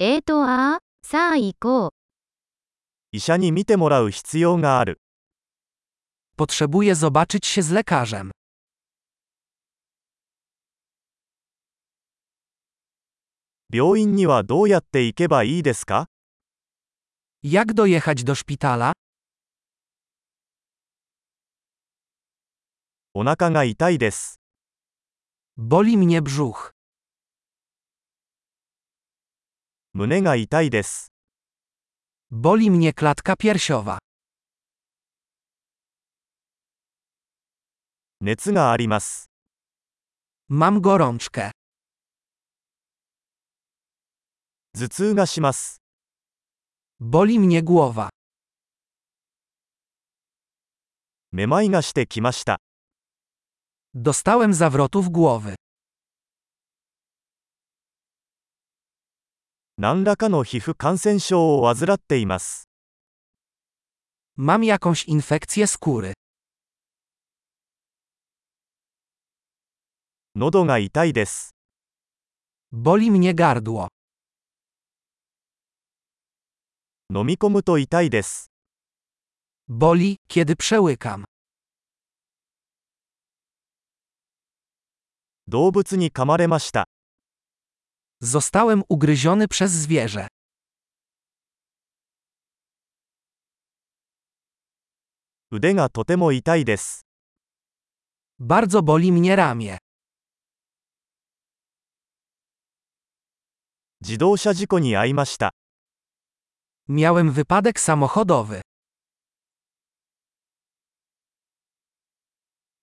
えーとあー、さあ行こう。医者に診てもらう必要がある。 Potrzebuję zobaczyć się z lekarzem. 病院にはどうやって行けばいいですか Jak dojechać do szpitala? お腹が痛いです。 Boli mnie brzuch. 胸が痛いです。 Boli mnie klatka piersiowa. 熱があります。 Mam gorączkę. 頭痛がします。 Boli mnie głowa. めまいがしてきました。 Dostałem zawrotów głowy. 何らかの皮膚感染症を患っています。 Mam jakąś infekcję skóry. 喉が痛いです。 Boli mnie gardło. 飲み込むと痛いです。 Boli, kiedy przełykam. 動物に噛まれました。 Zostałem ugryziony przez zwierzę. 腕がとても痛いです。 Bardzo boli mnie ramię. 自動車事故に遭いました。 Miałem wypadek samochodowy.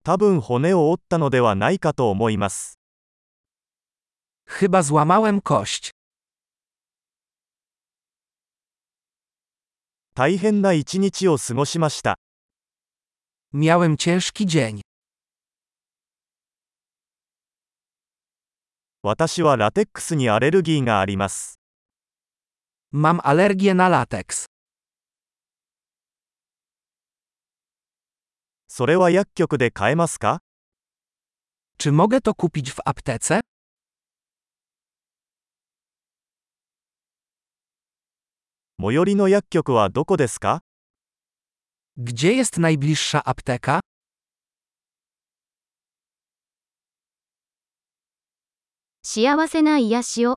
多分骨を折ったのではないかと思います。 Chyba złamałem kość. 大変な一日を過ごしました。 Miałem ciężki dzień. 私はラテックスにアレルギーがあります。 Mam alergię na lateks. それは薬局で買えますか Czy mogę to kupić w aptece? 最寄りの薬局はどこですか Gdzie jest najbliższa apteka? 幸せな癒しを。